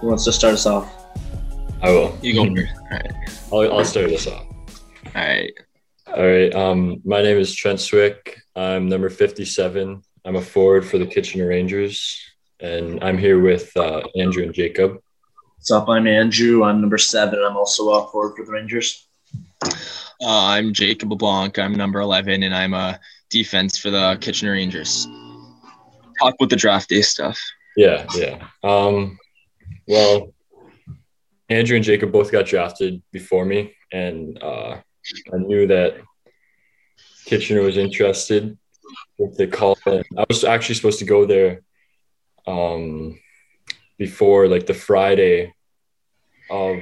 Who wants to start us off? I will. You go first. I'll, I'll start this off. All right. All right. Um, my name is Trent Swick. I'm number 57. I'm a forward for the Kitchener Rangers, and I'm here with uh, Andrew and Jacob. What's up? I'm Andrew. I'm number seven. I'm also a forward for the Rangers. Uh, I'm Jacob LeBlanc. I'm number 11, and I'm a defense for the Kitchener Rangers. Talk with the draft day stuff. Yeah, yeah. Um, well, Andrew and Jacob both got drafted before me, and uh, I knew that Kitchener was interested with the call. And I was actually supposed to go there um, before, like the Friday of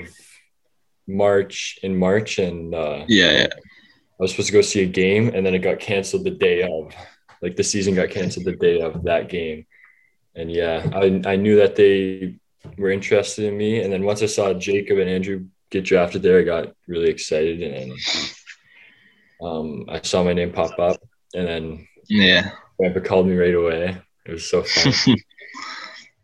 March in March, and uh, Yeah, yeah. I was supposed to go see a game, and then it got canceled the day of. Like the season got canceled the day of that game, and yeah, I I knew that they were interested in me, and then once I saw Jacob and Andrew get drafted there, I got really excited, and then um, I saw my name pop up, and then Yeah. Grandpa called me right away. It was so fun,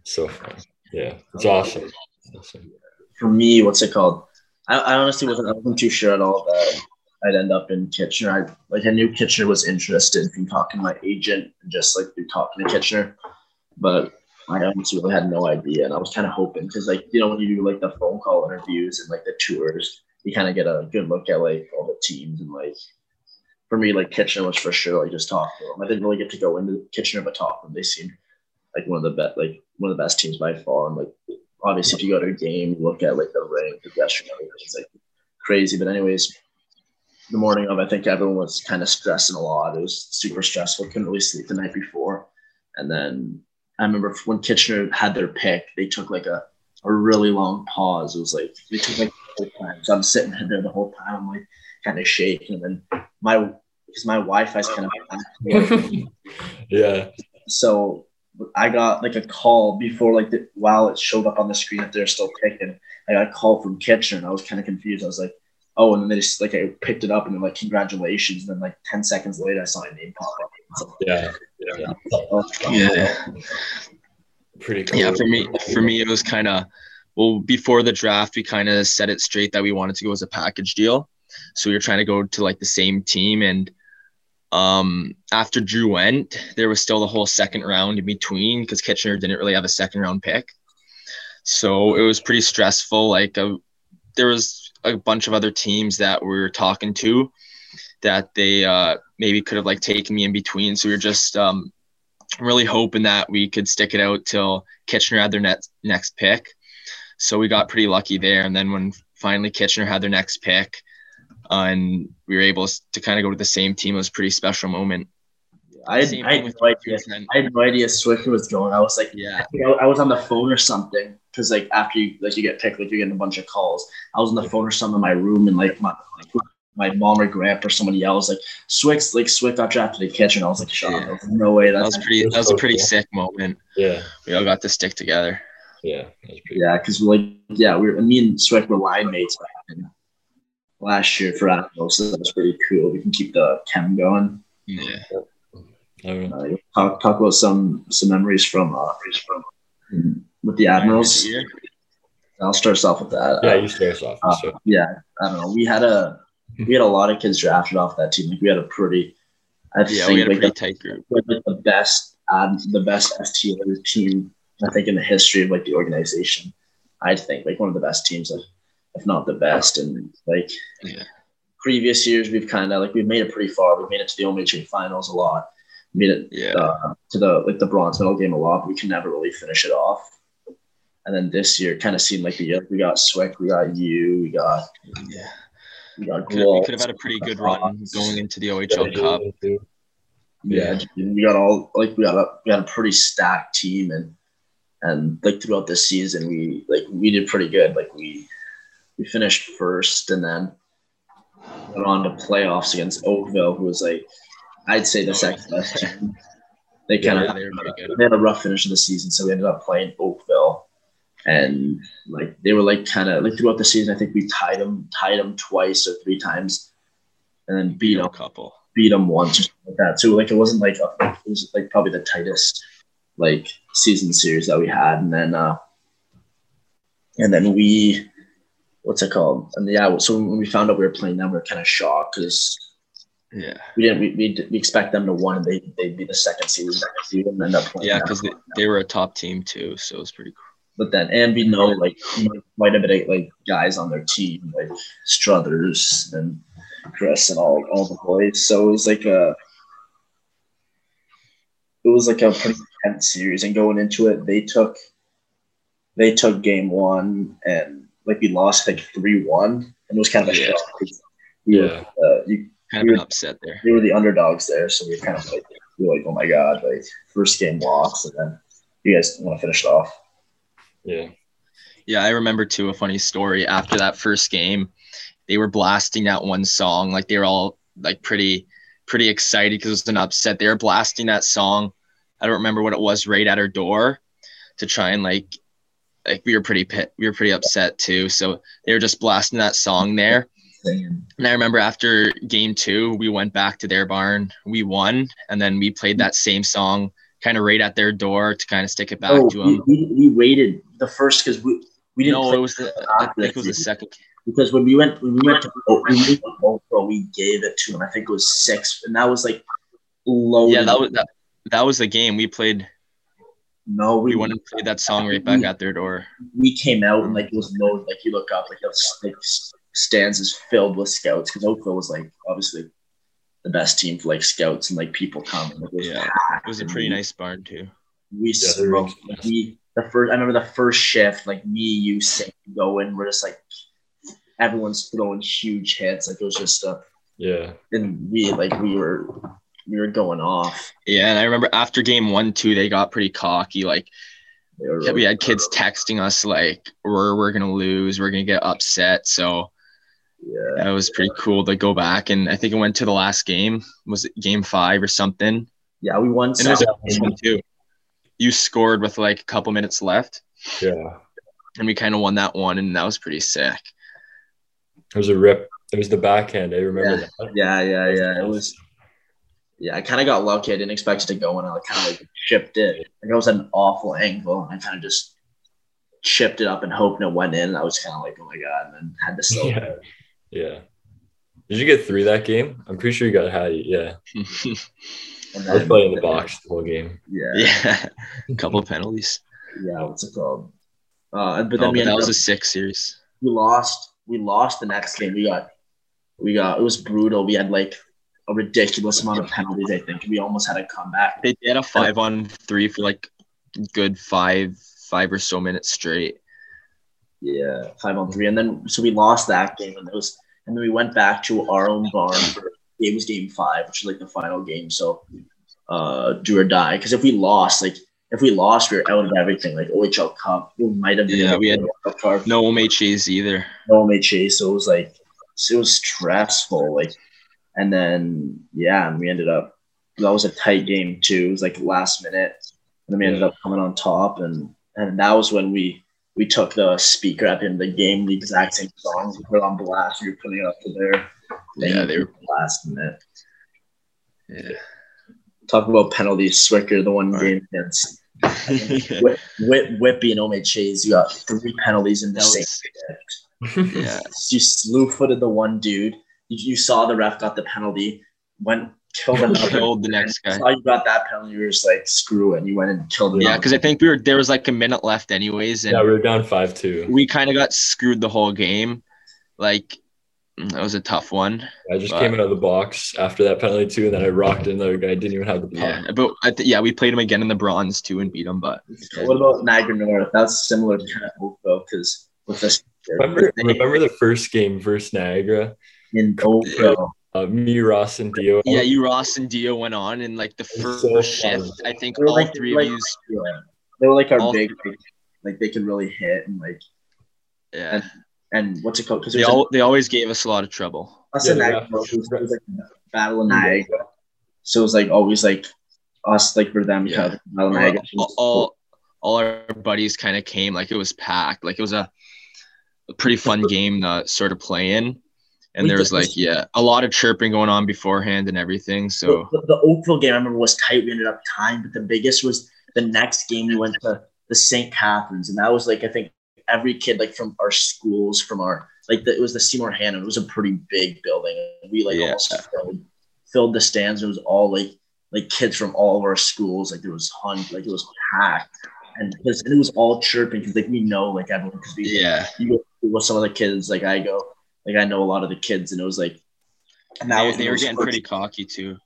so fun. Yeah, it's awesome. It's awesome. For me, what's it called? I, I honestly wasn't, I wasn't too sure at all that I'd end up in Kitchener. I like I knew Kitchener was interested from talking to my agent and just like through talking to Kitchener, but I honestly really had no idea. And I was kind of hoping because like you know when you do like the phone call interviews and like the tours, you kind of get a good look at like all the teams and like. For me, like Kitchener was for sure like just talk to them. I didn't really get to go into Kitchener, but talk to them. They seemed like one of the best, like one of the best teams by far. And like obviously, if you go to a game, you look at like the rank, the gesture, and everything. It's like crazy. But anyways, the morning of, I think everyone was kind of stressing a lot. It was super stressful. Couldn't really sleep the night before. And then I remember when Kitchener had their pick, they took like a, a really long pause. It was like they took like the whole time. So I'm sitting there the whole time, I'm like kind of shaking. And then my because my Wi-Fi's kind of yeah, so I got like a call before like the, while it showed up on the screen that they're still picking. I got a call from Kitchener and I was kind of confused. I was like, oh, and then they just like I picked it up and they're like, congratulations. And then like ten seconds later, I saw my name pop up. So, yeah, yeah. oh, Yeah. Pretty cool. Yeah, for me, for me, it was kind of well before the draft. We kind of set it straight that we wanted to go as a package deal, so we were trying to go to like the same team. And um, after Drew went, there was still the whole second round in between because Kitchener didn't really have a second round pick, so it was pretty stressful. Like uh, there was a bunch of other teams that we were talking to that they uh, maybe could have like taken me in between. So we were just um, really hoping that we could stick it out till Kitchener had their net, next pick. So we got pretty lucky there. And then when finally Kitchener had their next pick uh, and we were able to kind of go to the same team, it was a pretty special moment. I had, Same I had thing with no idea. Rangers and- I had no idea Swicker was going. I was like, Yeah. you know, I was on the phone or something because like after you like you get picked, like you're getting a bunch of calls. I was on the phone or something in my room and like my my mom or grandpa or someone yells like Swick like Swick got drafted to the kitchen. I was like, shut up, Yeah. no way. That That's was pretty that was a pretty sick moment. Yeah, We all got to stick together. yeah. That's pretty. yeah, because like yeah, we were me and Swick were line mates back then, last year for Apple, so that was pretty cool. We can keep the chem going. Yeah. I don't know. Uh, talk talk about some some memories from uh, from with the Admirals. I'll start us off with that. Yeah, Uh, you start us off. you Uh, start- yeah, I don't know. We had a we had a lot of kids drafted off that team. Like we had a pretty, I Yeah, we think had a like, pretty tight group. the, like the best um, the best FTO team I think in the history of like the organization. I think like one of the best teams, if, if not the best. And like Yeah. previous years, we've kind of like we've made it pretty far. We've made it to the OMHA finals a lot. Made it Yeah. uh, to the like the bronze medal game a lot, but we can never really finish it off. And then this year, kind of seemed like the year we got Swick, we got you, we got Yeah. we got Could, we Gwalt, could have had a pretty good uh, run going into the OHL Cup. Yeah, yeah, we got all like we got a we got a pretty stacked team, and and like throughout the season, we like we did pretty good. Like we we finished first, and then went on to playoffs against Oakville, who was like I'd say the second best team. They kind of Yeah, they were pretty good. they had a rough finish of the season, so we ended up playing Oakville, and like they were like kind of like throughout the season. I think we tied them, tied them twice or three times, and then beat A them, couple. beat them once or something like that. So like it wasn't like a, like, it was like probably the tightest like season series that we had, and then uh and then we, what's it called? And yeah, so when we found out we were playing them, we were kind of shocked because Yeah. we didn't we, we, we expect them to win. and They they'd be the second seed, second seed, and end up playing Yeah, them. because they, they were a top team too, so it was pretty cool. But then, and we know like quite a bit of like guys on their team, like Struthers and Chris and all all the boys. So it was like a, it was like a pretty intense series. And going into it, they took, they took game one, and like we lost like three one, and it was kind of a Yeah. shock. We were, Yeah. uh, you, Kind of an upset there. we were the underdogs there, so we were kind of like, we were like, oh my god, like first game loss, and then you guys want to finish it off. Yeah. Yeah, I remember too a funny story after that first game. They were blasting that one song, like they were all like pretty pretty excited because it was an upset. They were blasting that song. I don't remember what it was right at our door to try and like like we were pretty pit, we were pretty upset too. So they were just blasting that song there. And And I remember after game two, we went back to their barn, we won, and then we played that same song kind of right at their door to kind of stick it back oh, to we, them. we, we waited the first because we we didn't No, play it was the I after think it was the second. because when we went when we went to vote, when we, went to vote, bro, we gave it to him. I think it was six, and that was like low. Yeah, that was that, that was the game we played. no. We We went and played that song right back at their door. we came out and like it Mm-hmm. was low. Like you look up, like the like, stands is filled with scouts because Oakville was like obviously the best team for like scouts and like people coming. Like, it was Yeah. packed, It was a and pretty we- nice barn too. we Yeah, they were smoked. really fast. We the first. I remember the first shift, like me, you, Sam, go in. We're just like everyone's throwing huge hits. Like it was just uh, Yeah. and we like we were we were going off. Yeah, and I remember after game one too, they got pretty cocky. Like They were we had kids texting us like we're we're gonna lose, we're gonna get upset. So Yeah, that was pretty cool to go back and I think it went to the last game. Was it game five or something? yeah. We won. And it was South. a game too. You scored with like a couple minutes left, Yeah. and we kind of won that one, and that was pretty sick. It was a rip. It was the backhand. I remember that. Yeah, yeah, yeah. It was. Yeah, I kind of got lucky. I didn't expect it to go, and I kind of like chipped it. Like I was at an awful angle, and I kind of just chipped it up and hoped it went in. And I was kind of like, oh my god, and then had to slow. Yeah. Yeah. Did you get three that game? I'm pretty sure you got Hattie. Yeah. And I was playing in the box the whole game. Yeah, yeah, a couple penalties. yeah, what's it called? Uh, but No, then Oh, but we, that ended was up- a sick series. we lost. We lost the next game. We got, we got. It was brutal. We had like a ridiculous amount of penalties. I think we almost had a comeback. They did a five on three for like good five, five or so minutes straight. Yeah, five on three, and then so we lost that game, and it was, and then we went back to our own barn. For, it was game five, which is like the final game. So, uh, do or die. Because if we lost, like if we lost, we were out of everything. Like OHL Cup, we might have been Yeah, we had- a card. No MHAs either. no MHA, so it was like so it was stressful. Like, and then yeah, and we ended up that was a tight game too. It was like last minute, and then we ended Yeah. up coming on top, and and that was when we we took the speaker at the end of the game, the exact same songs we put on blast. We were putting it up to their thing Yeah, they were. last minute. Yeah. Talk about penalties, Swicker, the one Right. game against Whip, Whip, Whippy and Omechase. You got three penalties in the That same. was- minute. yeah, you slew footed the one dude. You, you saw the ref got the penalty, went killed Oh, another. killed the next guy. Saw you got that penalty. You were just like screw it. And you went and killed another. Yeah, because I think we were there was like a minute left anyways, and Yeah, we were down five two. we kind of got screwed the whole game. Like that was a tough one. I just came out of the box after that penalty too, and then I rocked another guy. Didn't even have the puck. Yeah, Uh, but I th- yeah, we played him again in the bronze too and beat him. But what about Niagara North? That's similar to kind of Oakville because with this Remember, remember the first game versus Niagara? in Oakville. Uh, me, Ross, and Dio. yeah, you Ross and Dio went on, and like the was first so fun. shift, I think We're all like- three like- of yous. Yeah. They were like our All big, like, like, they could really hit and like Yeah, and what's it called? Because they there's all they always gave us a lot of trouble. us Yeah, and the Niagara ref- North, it was, it was like the Battle of Niagara. So it was like always like us like for them. Yeah. kind of Battle of all, Niagara. all all our buddies kind of came like it was packed like it was a, a pretty fun game to sort of play in and We there did was like this- yeah a lot of chirping going on beforehand and everything so the, the Oakville game I remember was tight. We ended up tying, but the biggest was the next game we went to the St. Catharines, and that was like I think every kid like from our schools, from our like the, it was the Seymour Hannon. It was a pretty big building. And we like Yeah. almost filled, filled the stands. It was all like like kids from all of our schools. Like there was hunt, like it was packed, and, 'cause- and it was all chirping because like we know like everyone because we Yeah. you go with some of the kids. Like I go, like I know a lot of the kids, and it was like, and that They- was they the were most getting first- pretty cocky too.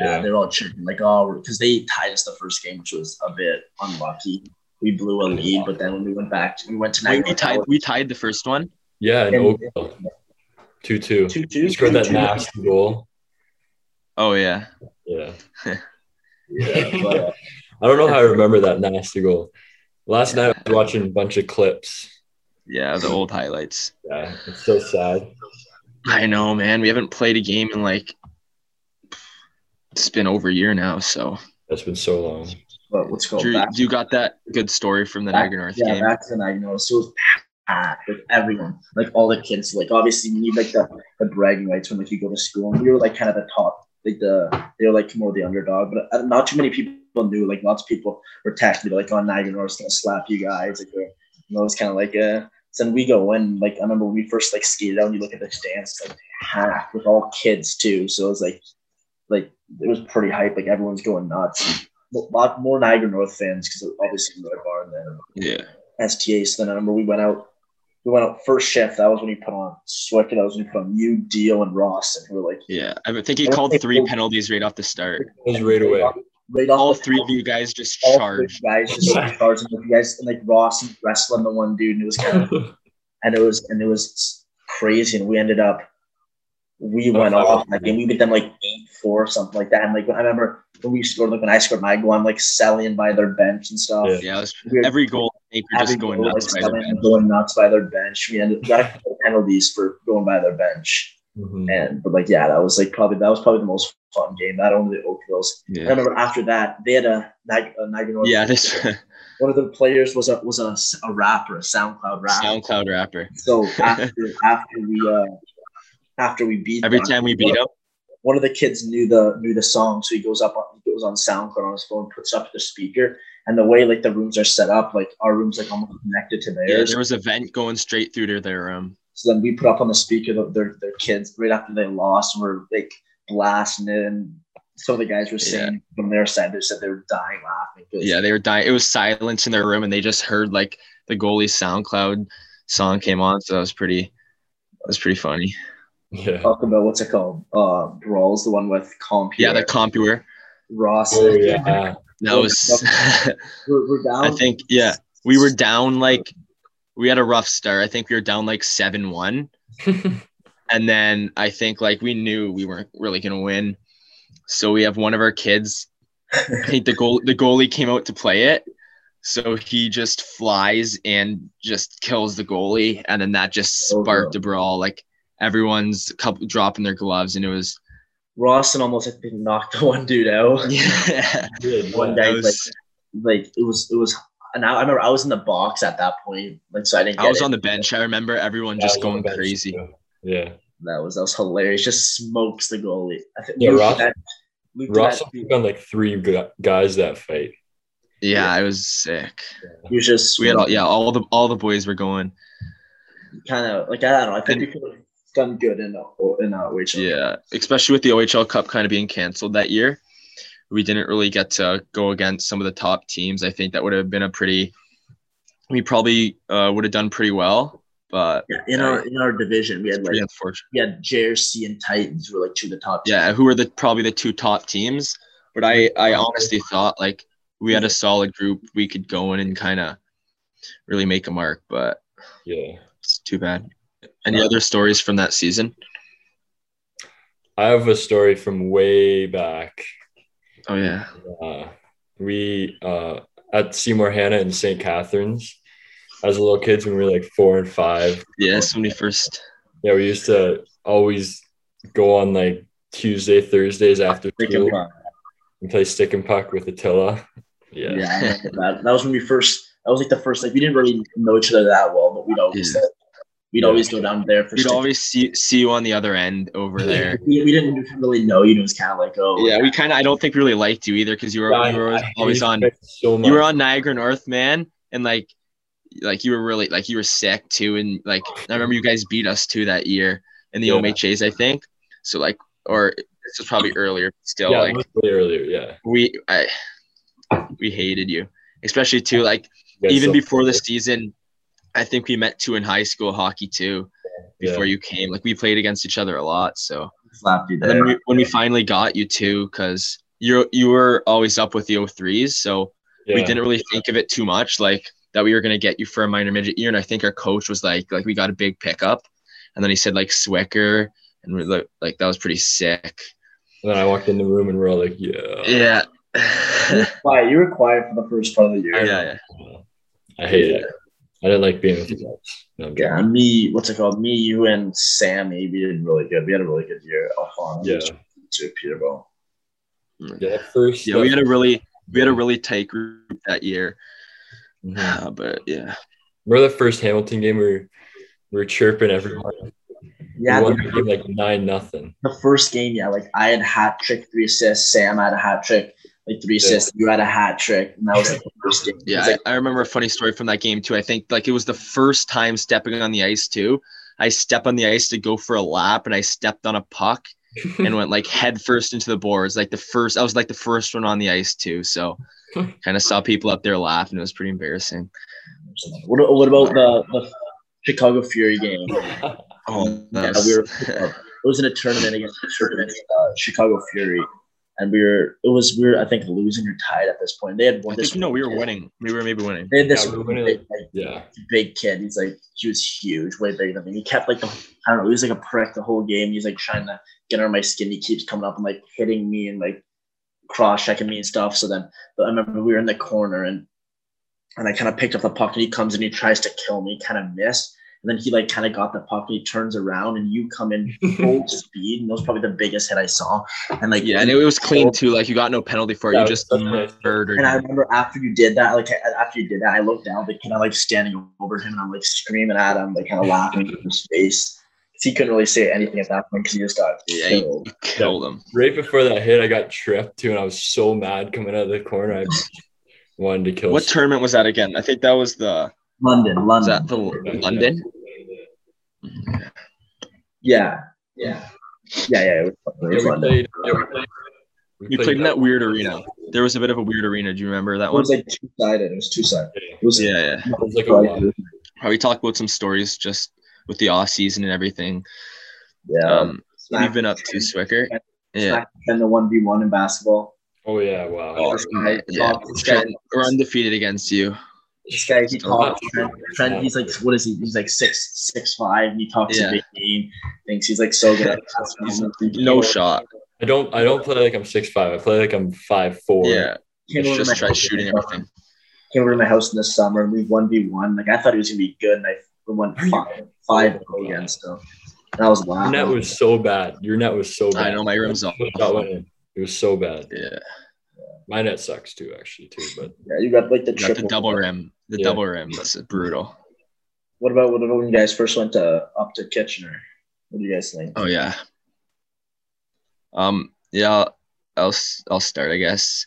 Yeah, Yeah. they were all chirping like, oh, because they tied us the first game, which was a bit unlucky. We blew a lead, but then when we went back, we went to We, Niagara we tied we tied the first one. Yeah, in And- Oakville. 2 2. two two. He scored that nasty goal. Oh yeah. Yeah. Yeah, but, uh, I don't know how I remember that nasty goal. Last night I was watching a bunch of clips. Yeah, the old highlights. Yeah, it's so sad. I know, man. We haven't played a game in like it's been over a year now. So That's been so long. but let's go Drew, back. you got that good story from the back- Niagara North yeah, game. back to the Niagara North. So it was packed with everyone, like all the kids. Like obviously, you need like the, the bragging rights when like you go to school. And we were like kind of the top, like the they were like more the underdog, but uh, not too many people knew. Like lots of people were texting me like, "On Niagara North's gonna slap you guys." Like, we're- you know, it's kind of like uh So then we go in. Like I remember when we first like skated out, and you look at the stands, it's, like packed with all kids too. So it was like, like it was pretty hype. Like everyone's going nuts. A lot more Niagara North fans because obviously they're bar and then Yeah. STA. So then I remember we went out, we went out first shift. That was when we put on Swift. That was when we put on you, Deal, and Ross, and we were like Yeah. I think he called three penalties right off the start. It was right away. right off All the- three of you guys just all charged. three guys just charged, and you guys and like Ross and wrestling the one dude, and it was kind of and it was and it was crazy, and we ended up. We Oh, went I off. remember. Like, and we beat them like eight four or something like that. And like when I remember when we scored, like when I scored my goal, I'm like selling by their bench and stuff. Yeah. Yeah, it was, We were- every goal maker just having going people, nuts. like, By the coming bench. and going nuts by their bench. We ended we got a couple of penalties for going by their bench, Mhm. and but like yeah, that was like probably that was probably the most fun game. Not only the Oakvilles. I Yeah. remember after that they had a Niag- a Niagara North. Yeah, this one of the players was a was a, a rapper, a SoundCloud rapper. SoundCloud rapper. So after after we uh after we beat Every them, time we beat him, one of the kids knew the knew the song, so he goes up on he goes on SoundCloud on his phone, puts up the speaker, and the way like the rooms are set up, like our rooms like almost connected to yeah, theirs. there was a vent going straight through to their um, room. So then we put up on the speaker the, their their kids right after they lost, and we're like blasting it. And some of the guys were saying from their side, they said they were dying laughing. 'cause Yeah, they were dying. It was silence in their room, and they just heard like the goalie SoundCloud song came on. So that was pretty. That was pretty funny. Yeah. talk about what's it called? Uh, Brawls, the one with Comp. Yeah, the compuer. Ross. Oh, yeah. That was. We're, we're down. I think yeah, we were down like we had a rough start. I think we were down like seven one, and then I think like we knew we weren't really gonna win. So we have one of our kids. I think the goal the goalie came out to play it, so he just flies and just kills the goalie, and then that just Oh, sparked a brawl. Like everyone's couple dropping their gloves, and it was Rawson almost I think knocked the one dude out. yeah, Good, One yeah. guy that was, like like it was it was. And I, I remember I was in the box at that point, like so I didn't. Get I was it. on the bench. I remember everyone Yeah, just I was on going the bench, crazy. too. Yeah. That was that was hilarious. Just smokes the goalie. I think Yeah, Luke did Ross- that- Luke did that Ross took on like three gu- guys that fight. Yeah, I was sick. He was just We had all yeah, all the all the boys were going. kind of like I don't know. I think we could have done good in a, in uh, a which Yeah, especially with the OHL Cup kind of being canceled that year, we didn't really get to go against some of the top teams. I think that would have been a pretty. We probably uh, would have done pretty well, but Yeah, in our in our division we had like pretty unfortunate. we had JRC and Titans were like two of the top. Yeah, who were the probably the two top teams? But I I honestly thought like we had a solid group. We could go in and kind of really make a mark, but Yeah. it's too bad. Any other stories from that season? I have a story from way back. Oh yeah, Uh, we uh, at Seymour Hanna in St. Catharines as little kids when we were like four and five. yeah. Somebody first. Yeah, we used to always go on like Tuesday, Thursdays after Like, school uh, and play stick and puck with Attila. Yeah. yeah. I remember that. that was when we first. That was like the first. Like we didn't really know each other that well, but we'd always Yeah. we'd Yeah. always go down there for. You'd stick- always see see you on the other end over there. we, we didn't really know. You know, it was kind of like oh Yeah, we kind of. I don't think we really liked you either because you were, Yeah, you were I- I hated always, always you on. guys so much. You were on Niagara North, man, and like like you were really like you were sick too, and like I remember you guys beat us too that year in the Yeah. OMHAs, I think. So like, or this was probably earlier. but Still, yeah, like it was way earlier. Yeah, we I, we hated you, especially too. Like You guys even suck. before the season, I think we met two in high school hockey too. Yeah. Before you came, like we played against each other a lot. So slapped you and then there. we, when we finally got you too, because you you were always up with the 03s, so we Yeah. didn't really think of it too much, like that we were gonna get you for a minor midget year. And I think our coach was like, like we got a big pickup, and then he said like Swicker, and we look like that was pretty sick. And then I walked in the room and we are all like, yeah, Yeah, yeah, Why you were quiet for the first part of the year? yeah. I hate it. I didn't like being with you guys. No, I'm Yeah, and me, what's it called? Me, you, and Sam maybe did really good. We had a really good year. Alphonse, Yeah. to Peterborough. joking. yeah. that First, Yeah, we had a really we had a really tight group that year. Mhm. Uh, but yeah, remember the first Hamilton game we were, we were chirping everyone. Yeah, we the, won the game like nine nothing. the first game, yeah, like I had a hat trick, three assists. Sam had a hat trick, like three Yeah. assists. You had a hat trick, and that was like, the first game. yeah. It's like, I, I remember a funny story from that game too. I think like it was the first time stepping on the ice too. I step on the ice to go for a lap, and I stepped on a puck and went like head first into the boards. Like the first, I was like the first one on the ice too. So kind of saw people up there laughing. It was pretty embarrassing. what, what about the, the Chicago Fury game? Oh, Yeah, that was- we were. uh, It was in a tournament against a tournament, uh, Chicago Fury, and we were. It was we were. I think losing or tied at this point. They had I one. think no, we were winning. We were maybe winning. They had this Yeah, we were winning, big, like, yeah, big kid. He's like he was huge, way bigger than me. He kept like the I don't know. He was like a prick the whole game. He's like trying to get under my skin. He keeps coming up and like hitting me and like cross checking me and stuff. So then but I remember we were in the corner and and I kind of picked up the puck and he comes and he tries to kill me, kind of missed. And then he like kind of got the puck and he turns around and you come in full speed and that was probably the biggest hit I saw. And like Yeah, and it was clean too. Like you got no penalty for it. You just murdered. and I him. remember after you did that, like after you did that, I looked down, like kind of like standing over him, and I'm like screaming at him, like kind of laughing in his face. 'Cause he couldn't really say anything at that point because he just got Yeah, you- killed. you killed him. right before that hit, I got tripped too, and I was so mad coming out of the corner. I wanted to kill. What tournament was that again? I think that was the London, was London. that the Um, London. yeah, yeah, yeah, yeah. It was, it Yeah, was we London. played. Yeah, we played, we You played in that weird arena. There was a bit of a weird arena. Do you remember that It one? was like two sided. It was two sided. It was Yeah, yeah. It was like a lot. How we talked about some stories just with the off season and everything. yeah. Um, what have you been up to, Swicker? Yeah. And the one v one in basketball. Oh yeah, wow. Oh, guy- yeah. this guy- Trent, we're undefeated against you. This guy, he Still talks. not Trent, sure. Trent, he's like, what is he? He's like six, six five, and he talks Yeah. a big game. Thinks he's like so good at He's basketball. No shot. I don't. I don't play like I'm six five. I play like I'm five four. Yeah. Came It's over to just my try house shooting in the summer. everything. Came over to my house in the summer and we one v one. Like I thought he was gonna be good, and I went Are you- five five against him. And I was Your laughing. net was so bad. Your net was so bad. I know my rim's off. That went in. It was so bad. Yeah. My net sucks too, actually, too. But yeah, you got like the Got triple. the double rim. The Yeah. double rim. That's brutal. What about what about when you guys first went to up to Kitchener? What do you guys think? Oh yeah. Um. Yeah. I'll, I'll s- I'll start, I guess.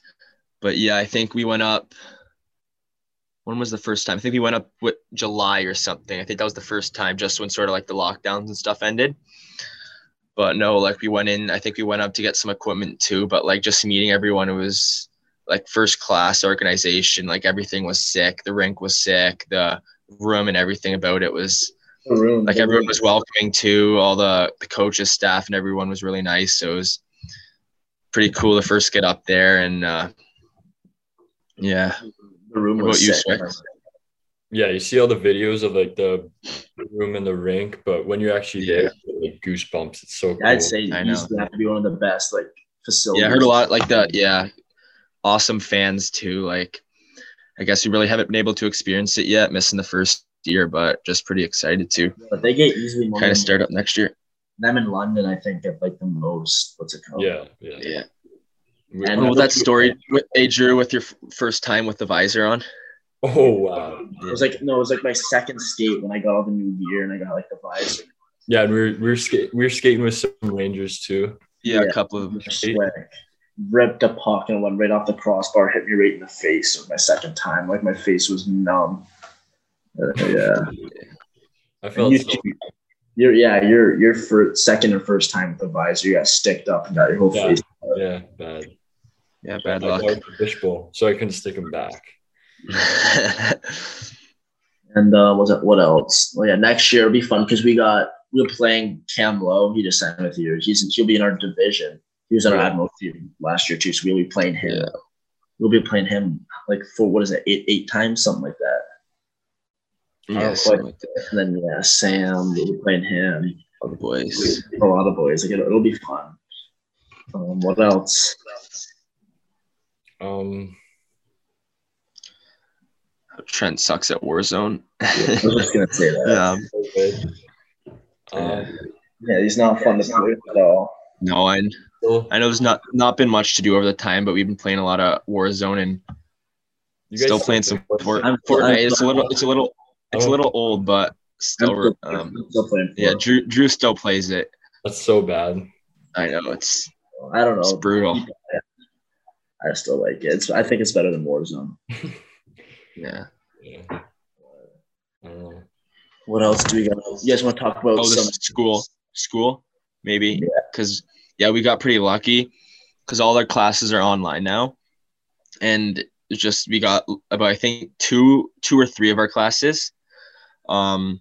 But yeah, I think we went up. When was the first time? I think we went up with July or something. I think that was the first time, just when sort of like the lockdowns and stuff ended. But no, like we went in. I think we went up to get some equipment too. But like just meeting everyone, it was like first class organization. Like everything was sick. The rink was sick. The room and everything about it was The room, like the everyone room. was welcoming too all the the coaches staff and everyone was really nice so it was pretty cool to first get up there and uh yeah The room What was about you, sick. Swick? yeah, you see all the videos of like the room and the rink, but when you're actually there, you get, like goosebumps. It's so cool. I'd say I you know. used to have to be one of the best like facilities. yeah i heard a lot like the yeah awesome fans too like i guess we really haven't been able to experience it yet missing the first year but just pretty excited to But they get easily more kind than of start up next year them in London. I think get like the most. What's it called? Yeah, yeah. We- And and what was that story with hey drew with your f- first time with the visor on Oh wow. It was like no, it was like my second skate when I got all the new gear and I got like the visor. Yeah, and we were we were, ska- we were skating with some rangers too. yeah, Yeah. a couple of I swear, ripped a puck and went right off the crossbar, hit me right in the face. It was my second time. Like my face was numb. Uh, yeah. I And felt You, so, you're yeah, you're you're for second and first time with the visor. You got sticked up and got your whole Yeah. face. yeah, bad. Yeah, bad I luck. borrowed the fishbowl, so I couldn't stick him back. And uh, was it what else? Well, yeah, next year it'll be fun because we got we were playing Cam Lowe. He just signed with you. He's he'll be in our division. He was on our Yeah. admiral team last year too, so we'll be playing him. Yeah. We'll be playing him like for what is it eight eight times something like that. yeah, something like that. And then yeah, Sam we'll be playing him. All the boys. A lot of boys. Like it'll, it'll be fun. Um, what else? Um, Trent sucks at Warzone. I was just gonna say that. um, okay. um, Yeah, he's not fun to play with at all. no, I so I know there's not not been much to do over the time, but we've been playing a lot of Warzone and you guys still playing some Fort, I'm- Fortnite. I'm- it's a little, it's a little, it's a Oh. little old, but still, um, I'm still playing. yeah. Fortnite. Drew, Drew still plays it. That's so bad. I know it's I don't it's know. brutal. I still like it. It's, I think it's better than Warzone. Yeah. Yeah. I don't know. What else do we got? You guys want to talk about Oh, this some? is school, school, maybe because yeah. we got pretty lucky because all our classes are online now, and it's just we got about I think two, two or three of our classes. Um,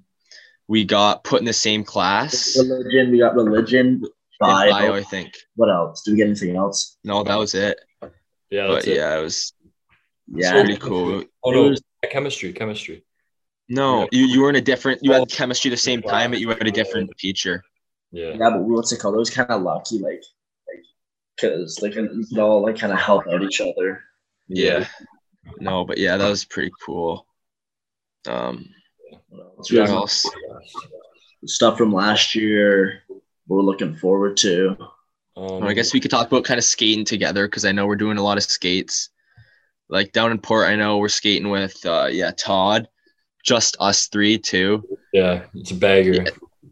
we got put in the same class. in Religion. We got religion. Bio. bio, I think. What else? Do we get anything else? No, that was it. Yeah, that's But it. yeah, it was Yeah. pretty cool. Oh It no, was- chemistry, chemistry. No, you, you were in a different. You had chemistry the same time, but you had a different teacher. Yeah. yeah, but what's it called? It was kind of lucky, like, like, cause like we could all like kind of help out each other. Yeah. No, but yeah, that was pretty cool. Um, What else? We what got else? Stuff from last year. We're looking forward to. Um, Well, I guess we could talk about kind of skating together because I know we're doing a lot of skates. Like down in Port, I know we're skating with uh, yeah Todd, just us three too. Yeah, it's a bagger.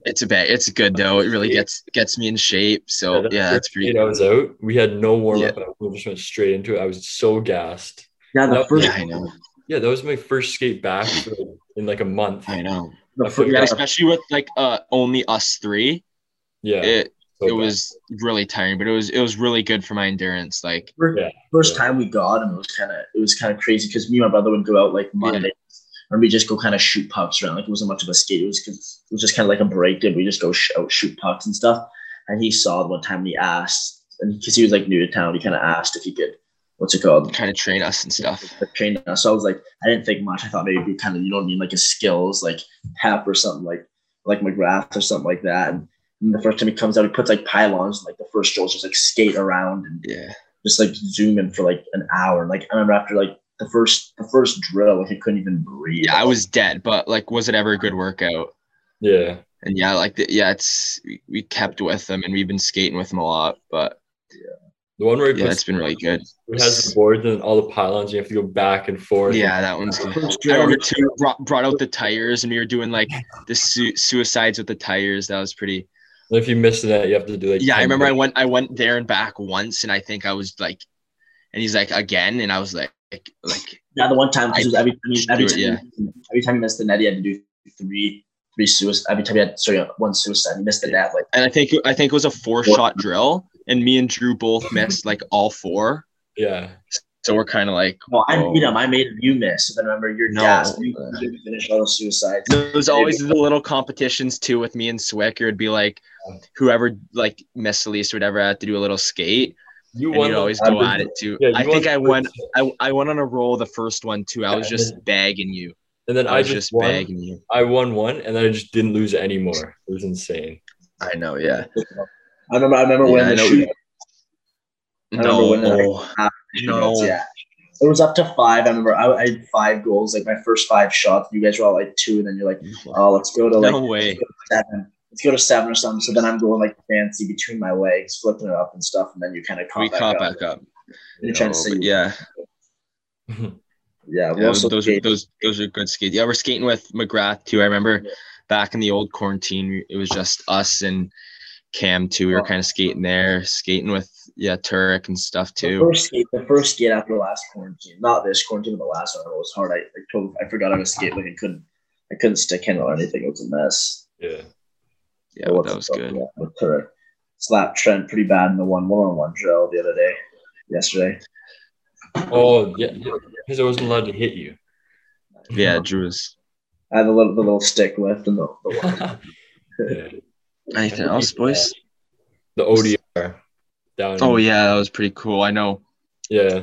It's a bad, it's good though. It really gets gets me in shape. So that yeah, first it's pretty. skate I was out. We had no warm up. We just went straight into it. I was so gassed. Yeah, the Nope. first, Yeah, I know, Yeah, that was my first skate back for, in like a month. I know. the I first, forgot. yeah, Especially with like uh only us three, Yeah, it so it bad. was really tiring, but it was it was really good for my endurance. Like first Yeah. time we got him, it was kind of it was kind of crazy because me and my brother would go out like Mondays, and we just go kind of shoot pucks around. Like it wasn't much of a skate. It was 'cause it was just kind of like a break. Did we just go sh- out shoot pucks and stuff? And he saw it one time. And he asked, and because he was like new to town, he kind of asked if he could, what's it called, kind of train us and stuff. train us. So I was like, I didn't think much. I thought maybe kind of you know what I mean, like a skills like tap or something like like McGrath or something like that. And, and the first time he comes out, he puts like pylons. Like the first drill is just like skate around and Yeah. just like zoom in for like an hour. Like I remember after like the first the first drill, like I couldn't even breathe. Yeah, I was dead, but like was it ever a good workout? yeah. and yeah, like the, yeah, it's we- we kept with them and we've been skating with them a lot, but The one where he yeah, puts- it's been really good. it has the boards and all the pylons. You have to go back and forth. Yeah, that one's. The Good. first I drill, remember too brought, brought out the tires and we were doing like the su- suicides with the tires. That was pretty. And if you miss that, you have to do like. Yeah, I 10 remember I went I went there and back once, and I think I was like, and he's like again, and I was like like, like yeah, the one time 'cause it was every I mean, every Do it, time every time you missed the net, you had to do three three suicide. Every time you had sorry one suicide, you missed the net. Like and I think I think it was a four shot drill, and me and Drew both missed like all four, Yeah. so we're kind of like. no, I Oh. beat him. I made him. You miss. So then remember you're No. gassed. You, you didn't finish all the suicides. There's always the little competitions too with me and Swick. It would be like whoever like missed the least would ever have to do a little skate. You And won. you'd the- always I go did- at it too. yeah, you I won think the I went first- I, I went on a roll the first one too. I was Yeah, just bagging you. and then I I was just just won. bagging you. I won one, and then I just didn't lose anymore. It was insane. I know, yeah. I remember. I remember Yeah, I when the know. shoot. I remember No, when that- no. Yeah. It was up to five. I remember I, I had five goals, like my first five shots. You guys were all like two, and then you're like, oh, let's go to like No way. seven. Let's go to seven or something. So then I'm going like fancy between my legs, flipping it up and stuff, and then you kind of caught We back caught up. back up. You're No, trying to say, but yeah, yeah. yeah We're those, also those, are, skating. those those are good skates. Yeah, we're skating with McGrath too. I remember Yeah. back in the old quarantine, it was just us and Cam too. We Oh. were kind of skating there, skating with yeah Turek and stuff the too. first skate, the first skate after the last quarantine, not this quarantine, but the last one it was hard. I, I totally, I forgot I was skating, like I couldn't. couldn't stick handle or anything. It was a mess. Yeah. Yeah, but that was good. Correct. Slap Trent pretty bad in the one one on one drill the other day, yesterday. Oh yeah, because I wasn't allowed to hit you. Yeah, Drew was. I had a little the little stick lift and the, the one. Yeah. Anything else, boys? The ODR down. Oh yeah, that was pretty cool. I know yeah.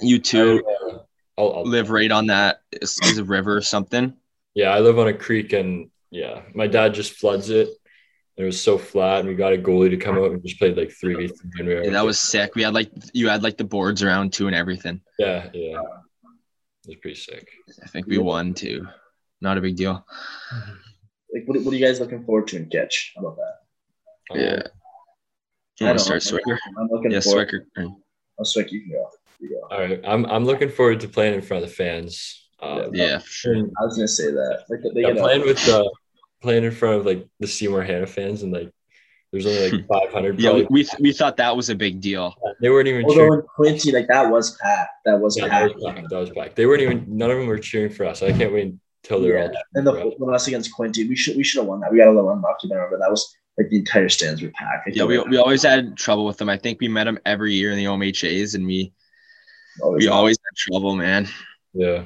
you two I, uh, I'll, I'll- live right on that. Is, is a river or something? Yeah, I live on a creek, and yeah, my dad just floods it. It was so flat, and we got a goalie to come out and just played like three v three. And we were Yeah, that was sick. We had like you had like the boards around too and everything. yeah, yeah. It was pretty sick. I think we won too. Not a big deal. Like, what, what are you guys looking forward to in catch? How about that? Um, Yeah. You I don't want to start know. Swicker? I'm looking Yeah, forward. Swicker. Oh, Swick, you can go. You go. All right, I'm I'm looking forward to playing in front of the fans. Uh, Yeah, for sure. and- I was gonna say that. Like, they yeah, get playing with the playing in front of like the Seymour Hanna fans, and like there's only like 500. Yeah, we, probably. we, we thought that was a big deal. they weren't even Although cheering. in Quincy, like that was packed. That was Yeah, packed. that was black. That was black. They weren't even. None of them were cheering for us. I can't wait until they're all. And the when us against Quincy, we should we should have won that. We got a little unlucky there, but that was like the entire stands were packed. Like, Yeah, we, they were we always had trouble with them. I think we met them every year in the OMHAs, and we always we always had trouble, man. Yeah.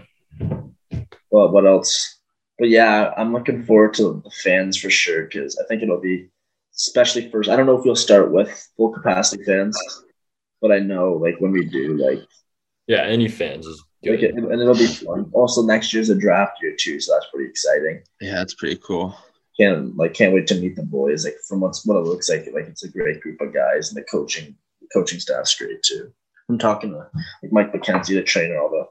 But what else? But yeah, I'm looking forward to the fans for sure because I think it'll be, especially first. I don't know if we'll start with full capacity fans, but I know like when we do, like, Yeah. Any fans is like good. it, and it'll be fun. Also, next year's a draft year too, so that's pretty exciting. Yeah, that's pretty cool. Can't like can't wait to meet the boys. Like from what's what it looks like, like it's a great group of guys, and the coaching the coaching staff's great too. I'm talking to like Mike McKenzie, the trainer. Although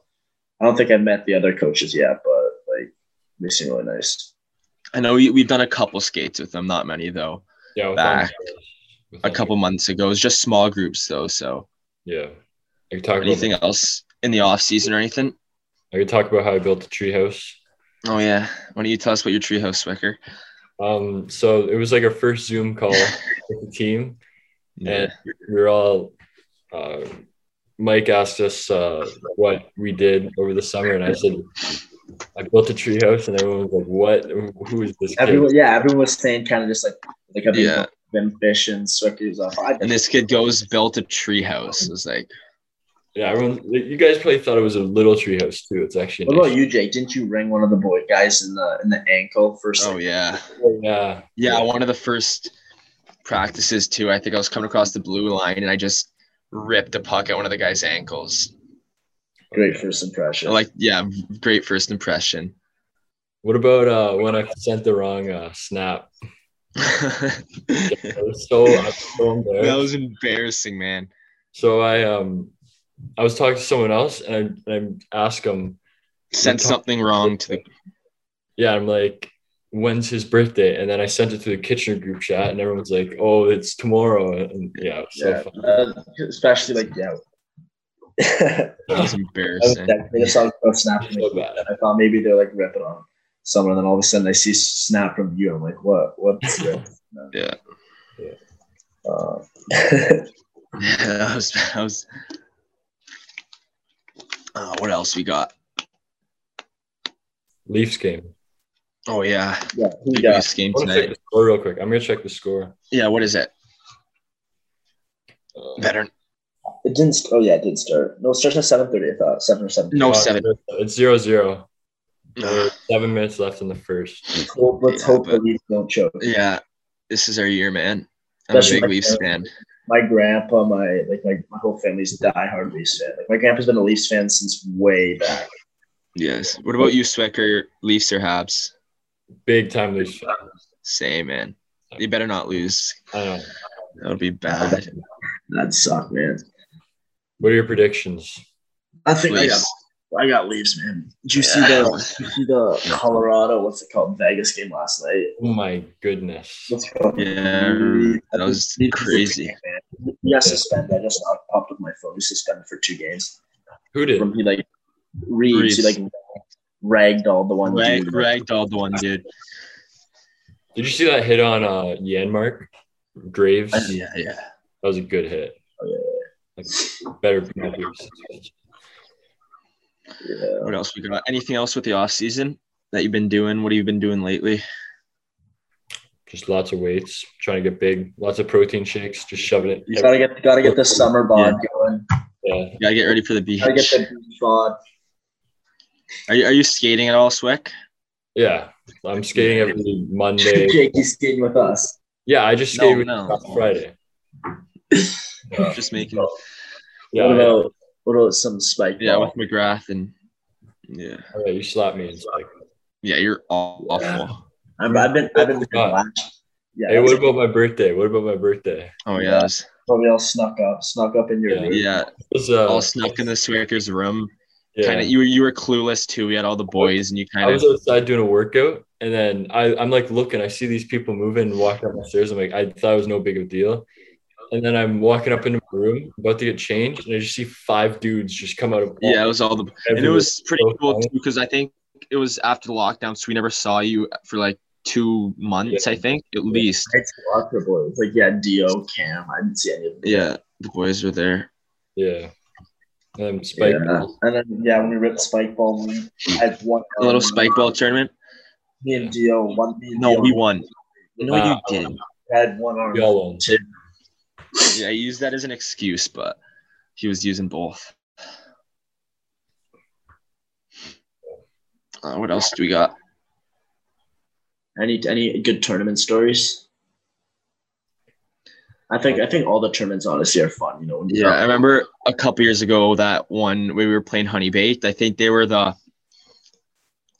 I don't think I've met the other coaches yet, but like they seem really nice. I know we, we've done a couple skates with them, not many though. yeah. with back. them- with A them. couple months ago, it was just small groups though. So Yeah. I could talk anything about. else in the off season or anything? I could talk about how I built a treehouse. Oh yeah, why don't you tell us about your treehouse, Swicker? Um. So it was like our first Zoom call with the team. Yeah, and we were all uh, mike asked us uh, what we did over the summer and i said i built a treehouse and everyone was like what who is this kid? Everyone, yeah, everyone was saying kind of just like like I've been, Yeah. been fishing, circles off. I, and this kid goes built a treehouse. It's like yeah everyone you guys probably thought it was a little treehouse too it's actually what nice. about you, Jake? Didn't you ring one of the boy guys in the in the ankle first? oh yeah, yeah yeah. One of the first practices too. I think I was coming across the blue line and I just ripped the puck at one of the guy's ankles. Great first impression. Like yeah, great first impression. what about uh, when i sent the wrong uh, snap that I was so, I was so embarrassed. was embarrassing, man. so i um i was talking to someone else and i, and I asked him Sent something wrong to the yeah, I'm like, when's his birthday? And then I sent it to the Kitchener group chat, and everyone's like, oh, it's tomorrow. And yeah, it was so yeah, fun. uh, especially like yeah. That was I was embarrassing. like, they saw a snap. from So me. bad. I thought maybe they're like ripping on someone, and then all of a sudden I see snap from you. I'm like, what? What's this? Yeah. Yeah. Uh, that was that was. Uh, what else we got? Leafs game. Oh yeah, yeah, who we big got? Leafs game I want to check tonight. the score real quick. I'm gonna check the score. Yeah, what is it? Uh, Better It didn't. st- Oh yeah, it did start. No, it starts at seven thirty. I thought seven or seven. no uh, seven. It's zero zero. Uh, Seven minutes left in the first. Well, let's Mm-hmm. Yeah, hope the but- Leafs don't choke. yeah, this is our year, man. I'm a Especially big my Leafs fan. parents. My grandpa, my like my, my whole family's diehard Leafs fan. Like my grandpa's been a Leafs fan since way back. Yes. What about you, Swecker? Leafs or Habs? Big time Leafs. fan. Same, man. You better not lose. I know. That'll be bad. That sucked, man. What are your predictions? I think Leafs. I got I got Leafs, man. Did you see the did you see the Colorado? What's it called? Vegas game last night. Oh my goodness. What's it called? Yeah, that was crazy. He got suspended. I just popped up my phone. He suspended for two games. Who did? From he like Reeves, he Reeves. like ragdolled the one. Rag, dude. ragdolled one, dude. Did you see that hit on uh Yanmark? Graves? That Yeah, yeah. was a good hit. Oh, yeah, Like, better. Yeah. What else we got? Anything else with the off season? that you've been doing? What have you been doing lately? Just lots of weights, trying to get big, lots of protein shakes, just shoving it. You gotta get gotta get the summer bod going. yeah. You gotta get ready for the beach. Gotta get the beach bod. Are you, are you skating at all, Swick? yeah. I'm skating every Monday. Jakey's skating with us. Yeah, I just No, skated with you no. last Friday. Just making Yeah, what I- about what about some spike? yeah ball? with McGrath and yeah I know, oh, you slapped me. It's like, yeah you're aw- awful. I've, I've been I've been God. watched. Yeah, hey, that's what about my birthday? What about my birthday? Oh yeah, that's- probably all snuck up, snuck up in your Yeah. room. yeah. It was, uh, All snuck in the Swicker's room. yeah. Kind of you were you were clueless too. We had all the boys and you I kind of was outside doing a workout, and then I, I'm like looking. I see these people moving and walking up the stairs. I'm like, I thought it was no big of a deal. And then I'm walking up into my room, about to get changed, and I just see five dudes just come out of yeah. It was all the and it everywhere. was pretty so cool funny. too because I think it was after the lockdown, so we never saw you for like two months. I think at least. It's locker boys. Like yeah, Dio, Cam. I didn't see any of them. Yeah, the boys were there. yeah. And Spike, Yeah. And then yeah, when we ripped spike ball, we had one A little spike ball tournament. Me and Dio, one. Me and No, Dio, we won. No, Nah. you didn't. had one arm. we all owned. Two. Yeah, I used that as an excuse, but he was using both. Uh, what else do we got? Any any good tournament stories? I think I think all the tournaments honestly are fun. You know, when you- Yeah, I remember a couple years ago that one where we were playing Honey Baked. I think they were the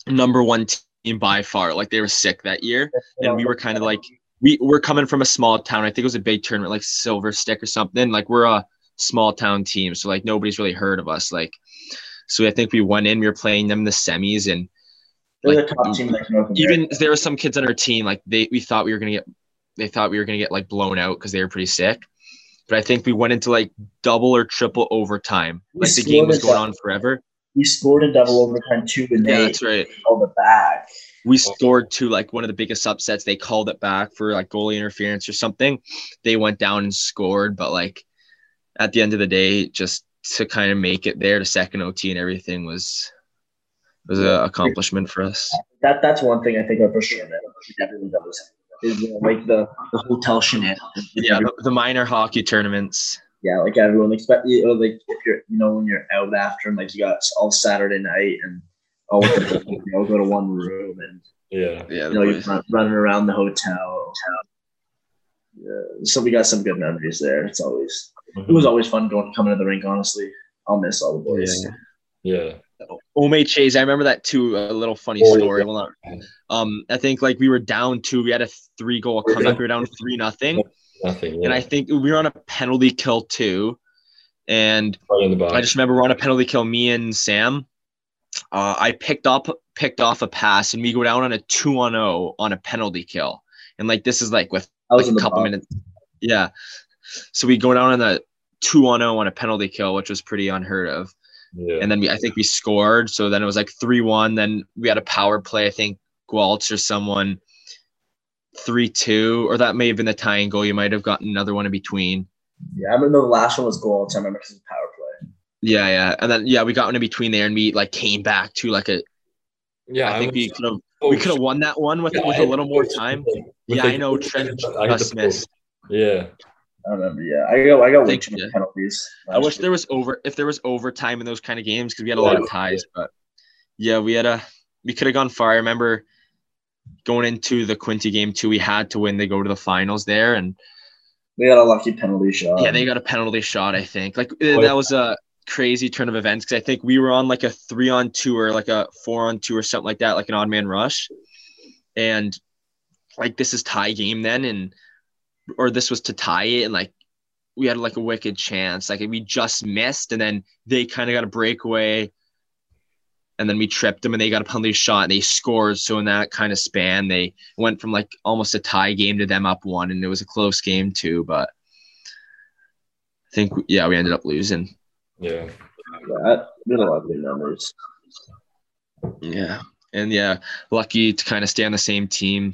number one team by far. Like they were sick that year, and we were kind of like we we're coming from a small town. I think it was a big tournament, like Silver Stick or something. Like we're a small town team, so like nobody's really heard of us. Like so, I think we went in. We were playing them in the semis, and they're the like, top team like North America. even there were some kids on our team like they we thought we were gonna get they thought we were gonna get like blown out because they were pretty sick but i think we went into like double or triple overtime We like the game was scored going in on forever we scored in double overtime two, and yeah they that's right held it back. we Oh. scored to like one of the biggest upsets they called it back for like goalie interference or something they went down and scored but like at the end of the day just to kind of make it there to second ot and everything was was an accomplishment for us That that's one thing I think about for sure. Man. Everyone does is you know, like the, the hotel shenanigans. yeah the, the minor hockey tournaments yeah, like everyone expect you know, like if you're you know when you're out after and like you got all Saturday night and all you know, go to one room and Yeah. you Yeah, the know you're boys. run- running around the hotel. Yeah, so we got some good memories there. It's always it was always fun going coming to the rink. Honestly, I'll miss all the boys. Yeah. Yeah. Ome Chase, I remember that too. A little funny Oh, story. yeah. Well, not, um, I think like we were down two. We had a three goal comeback. We were down three nothing, Nothing. Yeah. and I think we were on a penalty kill too. And Right in the box. I just remember we're on a penalty kill. Me and Sam, uh, I picked up picked off a pass, and we go down on a two on zero on a penalty kill. And like this is like with I was like in a the couple box. minutes. Yeah. So we go down on the two on zero on a penalty kill, which was pretty unheard of. yeah. and then we, I think we scored. So then it was like three one. Then we had a power play. I think Gwaltz or someone three two, or that may have been the tying goal. You might have gotten another one in between. Yeah, I remember the last one was goal. time. I remember 'cause it was power play. Yeah, yeah, and then yeah, we got one in between there, and we like came back to like a. yeah. I think we could have oh, we could have won that one with yeah, with a and- little more time. with Yeah, the- I know Trent I had the Gus Smith. Yeah. I remember. Yeah, I got I got way Thank too many you. penalties. I wish there was over if there was overtime in those kind of games because we had a lot of ties, but yeah, we had a we could have gone far. I remember going into the Quinty game too. We had to win to go to the finals there, and we got a lucky penalty shot. yeah, they got a penalty shot. I think like uh, yeah. that was a crazy turn of events because I think we were on like a three on two or like a four on two or something like that, like an odd man rush, and like this is tie game then, and or this was to tie it, and like we had like a wicked chance, like we just missed, and then they kind of got a breakaway. And then we tripped them, and they got a penalty shot, and they scored. So in that kind of span, they went from like almost a tie game to them up one, and it was a close game too. But I think yeah, we ended up losing. Yeah. Yeah, we had a lot of good numbers. Yeah. And yeah, lucky to kind of stay on the same team,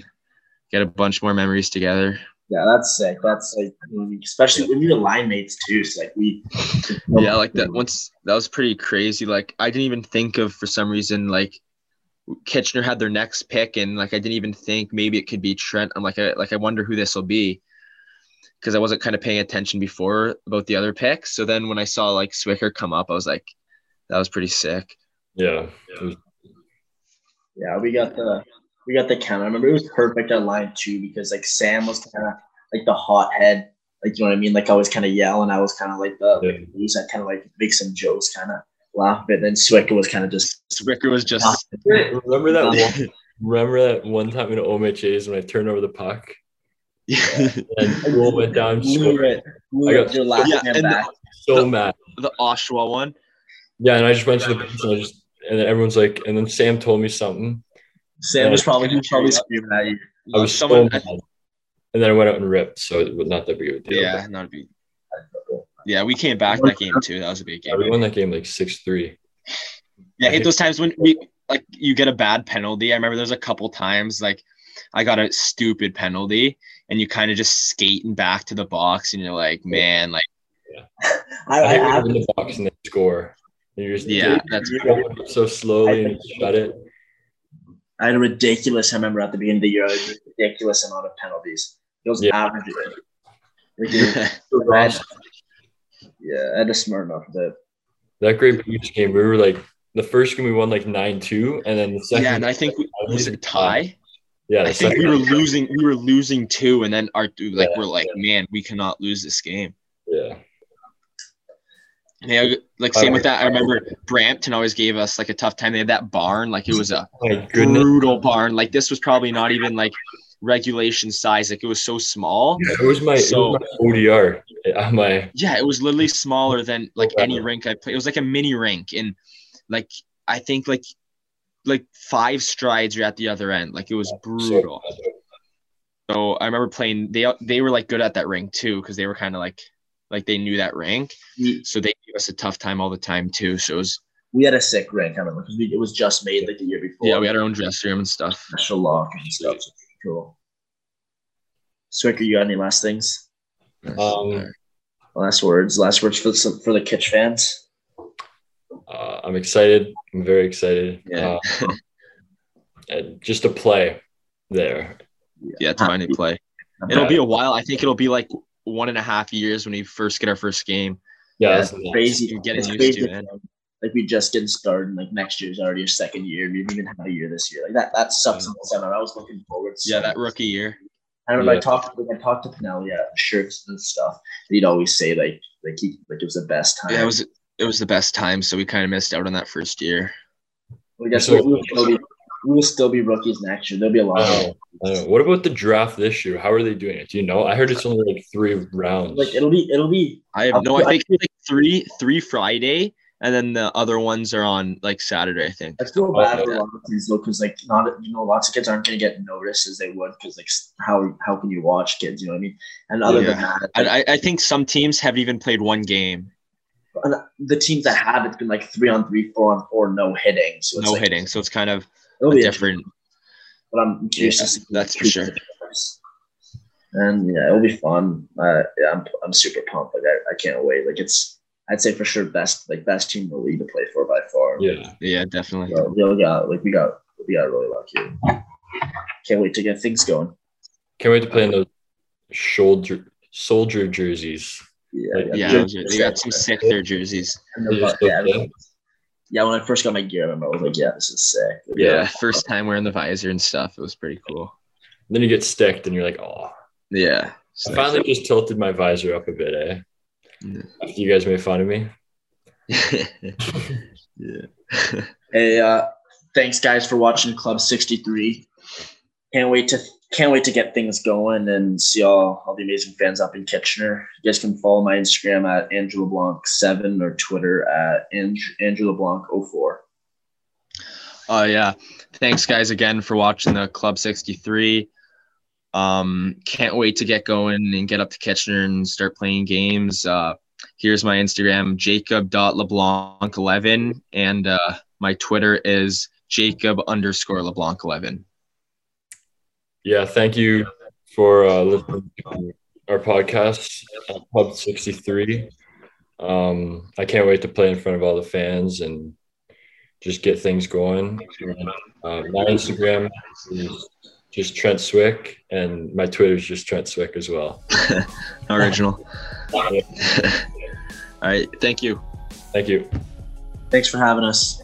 get a bunch more memories together. Yeah, that's sick. That's like, I mean, especially when you're line mates too. So like we, Oh. Yeah, like that once that was pretty crazy. Like I didn't even think of for some reason like Kitchener had their next pick, and like I didn't even think maybe it could be Trent. I'm like, I, like I wonder who this will be, because I wasn't kind of paying attention before about the other picks. So then when I saw like Swicker come up, I was like, that was pretty sick. Yeah. it was- Yeah, we got the we got the counter. I remember it was perfect at line two because like Sam was kind of like the hothead, like you know what I mean. Like I was kind of yell, and I was kind of like the Yeah. loose. I kind of like make some jokes, kind of laugh. But then Swicker was kind of just Ricker was just Remember that one, remember that one time in OMHAs when I turned over the puck yeah. Ah. and Joel went down blew scored. it. Blew I it. got- You're laughing Yeah, at and- back. so mad. the Oshawa one. Yeah, and I just went to the bench and I just and then everyone's like, and then Sam told me something. Sam was probably he was probably screaming at you. I was someone. so mad. and then I went out and ripped, so it was not that big of a deal. yeah, not a big. Yeah, we came back that game too. That was a big Yeah, game. we won that game like six three. Yeah, I hate those times when we like you get a bad penalty. I remember there's a couple times like I got a stupid penalty and you kind of just skating back to the box and you're like, man, like I, I I, hate when I, you're in the box and they score. And you're just yeah, that's you open up so slowly and shut it. I had a ridiculous. I remember at the beginning of the year, I had a ridiculous amount of penalties. It was Yeah. average. Like, it was bad. yeah, I had a smart enough that. That great Blues game, we were like the first game we won like nine two, and then the second yeah, and I think we, was it a tie? yeah, the I think second- we were losing. We were losing two, and then our dude like we're like, man, we cannot lose this game. yeah. And they, like same with that. I remember Brampton always gave us like a tough time. They had that barn, like it was a Oh my goodness, brutal barn. Like this was probably not even like regulation size. Like it was so small. it was my, So- it was my ODR. Uh, my Yeah, it was literally smaller than like Yeah. any rink I played. It was like a mini rink, and like I think like like five strides you're at the other end. Like it was brutal. So I remember playing. They they were like good at that rink too, because they were kind of like like they knew that rink, We, so they gave us a tough time all the time too. So it was we had a sick rank, I remember, because it was just made like the year before. yeah, we had our own dressing room and stuff. special lock and stuff. so it's Cool. Swicker, you got any last things? Um, Last words? Last words for the, for the Kitch fans? uh, I'm excited. I'm very excited. Yeah. Um, and just to play there. yeah, it's fine to play. It'll be a while. I think it'll be like one and a half years when we first get our first game. Yeah, Yeah, that's it's nuts. crazy. You're getting It's used crazy. to it. Like we just getting started. and, Like next year's already your second year. We didn't even have a year this year. Like that. That sucks. in the summer. I was looking forward. to Yeah, that summer. rookie year. I remember I Yeah. talked like I talked to Pinelli at shirts and stuff. and He'd always say like like he like it was the best time. Yeah, it was it was the best time. So we kind of missed out on that first year. we guess so- we'll, we'll still be, we will still be rookies next year. There'll be a lot. I of don't know. I don't know. What about the draft this year? How are they doing it? Do you know? I heard it's only like three Oh. rounds. Like it'll be it'll be I I'll- have no. I I- think it's like three three Friday, and then the other ones are on like Saturday. I think. I feel bad yeah. for a lot of kids though, because like not you know lots of kids aren't gonna get noticed as they would, because like s- how how can you watch kids? You know what I mean? And other than that, And I, I think some teams have even played one game, and the teams that have it's been like three on three, four on four, no hitting. So it's no like, hitting. So it's kind of It'll a be different. But I'm curious Yeah, to see. that's for sure. And yeah, it'll be fun. Uh, yeah, I'm I'm super pumped. Like I, I can't wait. Like it's I'd say for sure best like best team in the league to play for by far. yeah. Yeah, definitely. So, we all got like we got we got really lucky. Can't wait to get things going. Can't wait to play in those shoulder soldier jerseys. Yeah, Yeah, Yeah. those are- they got some sick their jerseys. And They the just butt- yeah, look good. yeah, when I first got my gear, I remember I was like, yeah, this is sick. Like, Yeah, first time wearing the visor and stuff. It was pretty cool. Then you get sticked and you're like, oh. Yeah. I finally just tilted my visor up a bit, eh? Yeah. After you guys made fun of me. yeah. Hey, uh, thanks guys for watching Club 63. Can't wait to can't wait to get things going and see all, all the amazing fans up in Kitchener. You guys can follow my Instagram at Andrew LeBlanc7 or Twitter at Ang- Andrew LeBlanc04. Oh yeah. Thanks guys again for watching the Club 63. Um can't wait to get going and get up to Kitchener and start playing games. Uh here's my Instagram jacob.leblanc11 and uh my Twitter is jacob underscore leblanc11. Yeah, thank you for uh, listening to our podcast uh, at Pub 63. Um, I can't wait to play in front of all the fans and just get things going. And, uh, my Instagram is just Trent Swick, and my Twitter is just Trent Swick as well. Original. All right. Thank you. Thank you. Thanks for having us.